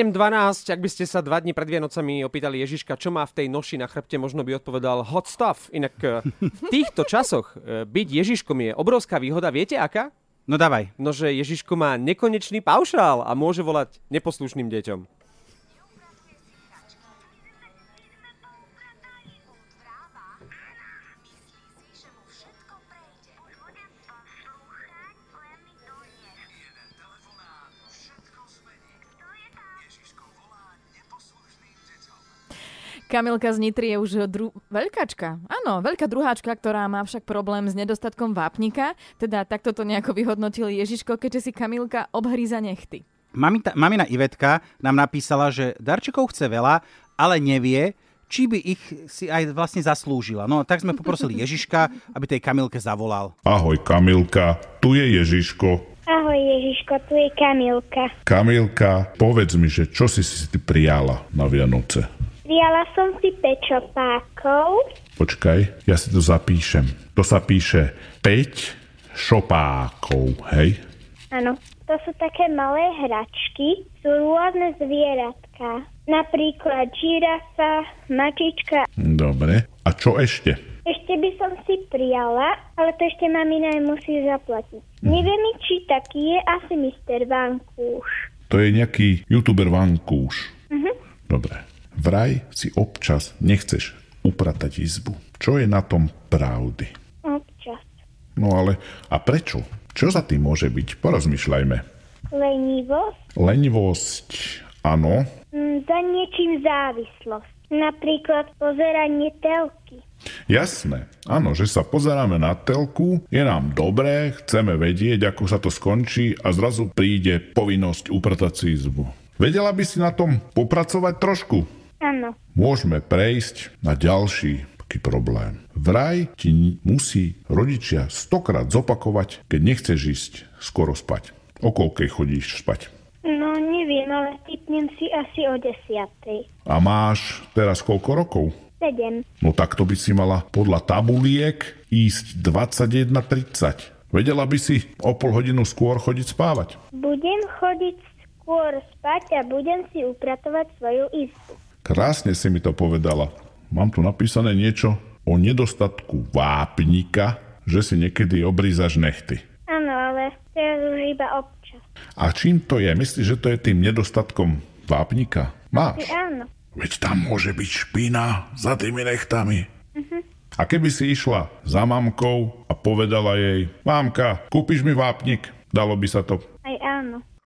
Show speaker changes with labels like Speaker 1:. Speaker 1: 7.12, ak by ste sa dva dní pred Vianocami opýtali Ježiška, čo má v tej noši na chrbte, možno by odpovedal hot stuff. Inak eh, v týchto časoch eh, byť Ježiškom je obrovská výhoda. Viete aká?
Speaker 2: No dávaj.
Speaker 1: No, že Ježiško má nekonečný paušál a môže volať neposlušným deťom.
Speaker 3: Kamilka z Nitry je už dru- veľkačka. Áno, veľká druháčka, ktorá má však problém s nedostatkom vápnika. Teda takto to nejako vyhodnotil Ježiško, keďže si Kamilka obhríza nechty.
Speaker 2: Mamita, mamina Ivetka nám napísala, že darčekov chce veľa, ale nevie, či by ich si aj vlastne zaslúžila. No tak sme poprosili Ježiška, aby tej Kamilke zavolal.
Speaker 4: Ahoj Kamilka, tu je Ježiško.
Speaker 5: Ahoj Ježiško, tu je Kamilka.
Speaker 4: Kamilka, povedz mi, že čo si si ty prijala na Vianoce?
Speaker 5: Prijala som si pečopákov.
Speaker 4: Počkaj, ja si to zapíšem. To sa píše 5 šopákov, hej?
Speaker 5: Áno, to sú také malé hračky. Sú rôzne zvieratka. Napríklad žirafa, mačička.
Speaker 4: Dobre. A čo ešte?
Speaker 5: Ešte by som si prijala, ale to ešte mamina aj musí zaplatiť. Neviem, či taký je asi Mr. Vankúš.
Speaker 4: To je nejaký youtuber vankúš. Dobre. Vraj si občas nechceš upratať izbu. Čo je na tom pravdy?
Speaker 5: Občas.
Speaker 4: No ale, a prečo? Čo za tým môže byť? Porozmýšľajme.
Speaker 5: Lenivosť.
Speaker 4: Lenivosť, áno.
Speaker 5: Mm, Za niečím závislosť. Napríklad pozeranie telky.
Speaker 4: Jasné, áno, že sa pozeráme na telku, je nám dobré, chceme vedieť, ako sa to skončí a zrazu príde povinnosť upratať si izbu. Vedela by si na tom popracovať trošku?
Speaker 5: Áno.
Speaker 4: Môžeme prejsť na ďalší taký problém. Vraj ti ni- musí rodičia stokrát zopakovať, keď nechceš ísť skoro spať. O koľkej chodíš spať?
Speaker 5: No neviem, ale typnem si asi o desiatej.
Speaker 4: A máš teraz koľko rokov?
Speaker 5: Sedem.
Speaker 4: No takto by si mala podľa tabuliek ísť 21.30. Vedela by si o pol hodinu skôr chodiť spávať.
Speaker 5: Budem chodiť skôr spať a budem si upratovať svoju izbu.
Speaker 4: Krásne si mi to povedala. Mám tu napísané niečo o nedostatku vápnika, že si niekedy obrízaš nechty.
Speaker 5: Áno, ale teraz už iba občas.
Speaker 4: A čím to je? Myslíš, že to je tým nedostatkom vápnika? Máš.
Speaker 5: Áno.
Speaker 4: Veď tam môže byť špina za tými nechtami. A keby si išla za mamkou a povedala jej, mamka, kúpiš mi vápnik, dalo by sa to.
Speaker 5: Aj áno.